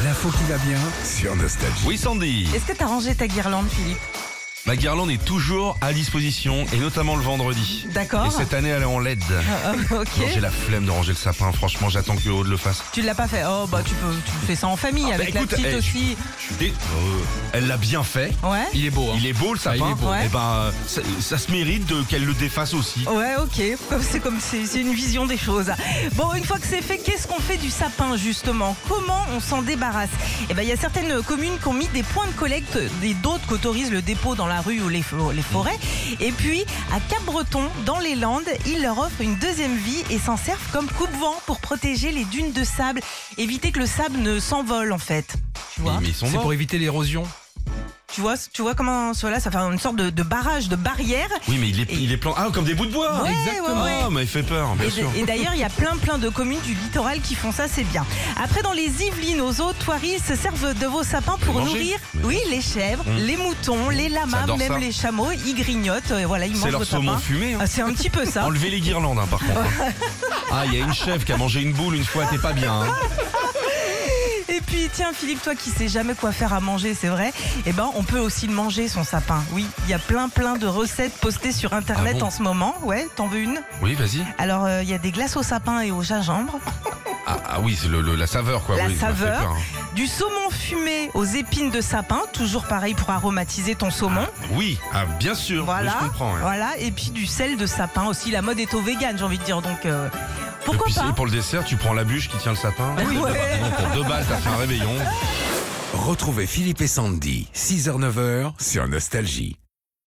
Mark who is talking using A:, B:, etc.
A: L'info qui va bien.
B: sur Nostalgie.
C: Oui Sandy
D: Est-ce que t'as rangé ta guirlande, Philippe
C: Ma guirlande est toujours à disposition et notamment le vendredi.
D: D'accord.
C: Et cette année elle est en LED.
D: Ah,
C: Non, J'ai
D: ok.
C: la flemme de ranger le sapin, franchement j'attends que Aude le fasse.
D: Tu l'as pas fait. Oh bah tu peux, tu fais ça en famille
C: Ah, bah,
D: avec
C: écoute,
D: la petite
C: eh,
D: aussi.
C: Je suis dé- Euh, Elle l'a bien fait.
D: Ouais.
E: Il est beau, hein.
C: Il est beau le
E: Ah, il est
C: sapin.
E: beau.
D: Ouais. Oh,
C: Et ben euh, ça, ça se mérite de- qu'elle le défasse aussi.
D: Ouais, ok. Comme C'est comme c'est c'est une vision des choses. Bon, une fois que c'est fait, qu'est-ce qu'on fait du sapin justement Comment on s'en débarrasse Eh ben, il y a certaines communes qui ont mis des points de collecte, des d'autres qui autorisent le dépôt dans la rue ou les, fo- les forêts. Et puis, à Cap-Breton, dans les Landes, ils leur offrent une deuxième vie et s'en servent comme coupe-vent pour protéger les dunes de sable, éviter que le sable ne s'envole en fait. Tu vois
C: Mais ils sont
E: C'est
C: morts.
E: pour éviter l'érosion.
D: Tu vois, tu vois comment cela, ça fait une sorte de, de barrage, de barrière.
C: Oui mais il est,
D: Et-
C: il est plan... Ah comme des bouts de bois
D: Ouais,
C: Exactement.
D: ouais, ouais.
C: Ah, mais il fait peur, bien
D: Et,
C: sûr.
D: et d'ailleurs, il y a plein plein de communes du littoral qui font ça, c'est bien. Après, dans les Yvelines, aux eaux, Toiry se servent de vos sapins pour
C: Manger.
D: nourrir,
C: Mais
D: oui, les chèvres,
C: Mmh.
D: les moutons, les lamas,
C: J'adore
D: même
C: ça.
D: les chameaux. Ils grignotent, et voilà, ils
C: C'est
D: mangent
C: leur
D: vos
C: saumon
D: sapins.
C: fumé. hein.
D: Ah, c'est un petit peu ça.
C: Enlevez les guirlandes hein, par contre. Ah il y a une chèvre qui a mangé une boule une fois, t'es pas bien. hein.
D: Et puis, tiens, Philippe, toi qui sais jamais quoi faire à manger, c'est vrai, eh ben, on peut aussi le manger, son sapin. Oui, il y a plein plein de recettes postées sur Internet
C: Ah bon
D: en ce moment. Ouais, t'en veux une
C: Oui vas-y.
D: Alors, euh, il y a des glaces au sapin et au gingembre.
C: Ah, ah oui, c'est le, le- la saveur quoi.
D: La
C: oui, ça fait
D: saveur.
C: peur, hein.
D: Du saumon fumé aux épines de sapin, toujours pareil pour aromatiser ton saumon.
C: Oui, ah, bien sûr,
D: voilà.
C: oui, je comprends. ouais.
D: Voilà, et puis du sel de sapin aussi. La mode est au vegan, j'ai envie de dire. Donc euh, pourquoi
C: Et puis,
D: pas
C: Pour le dessert, tu prends la bûche qui tient le sapin.
D: Ouais.
C: Non, pour deux balles, t'as fait un réveillon.
B: Retrouvez Philippe et Sandy, 6h-9h sur Nostalgie.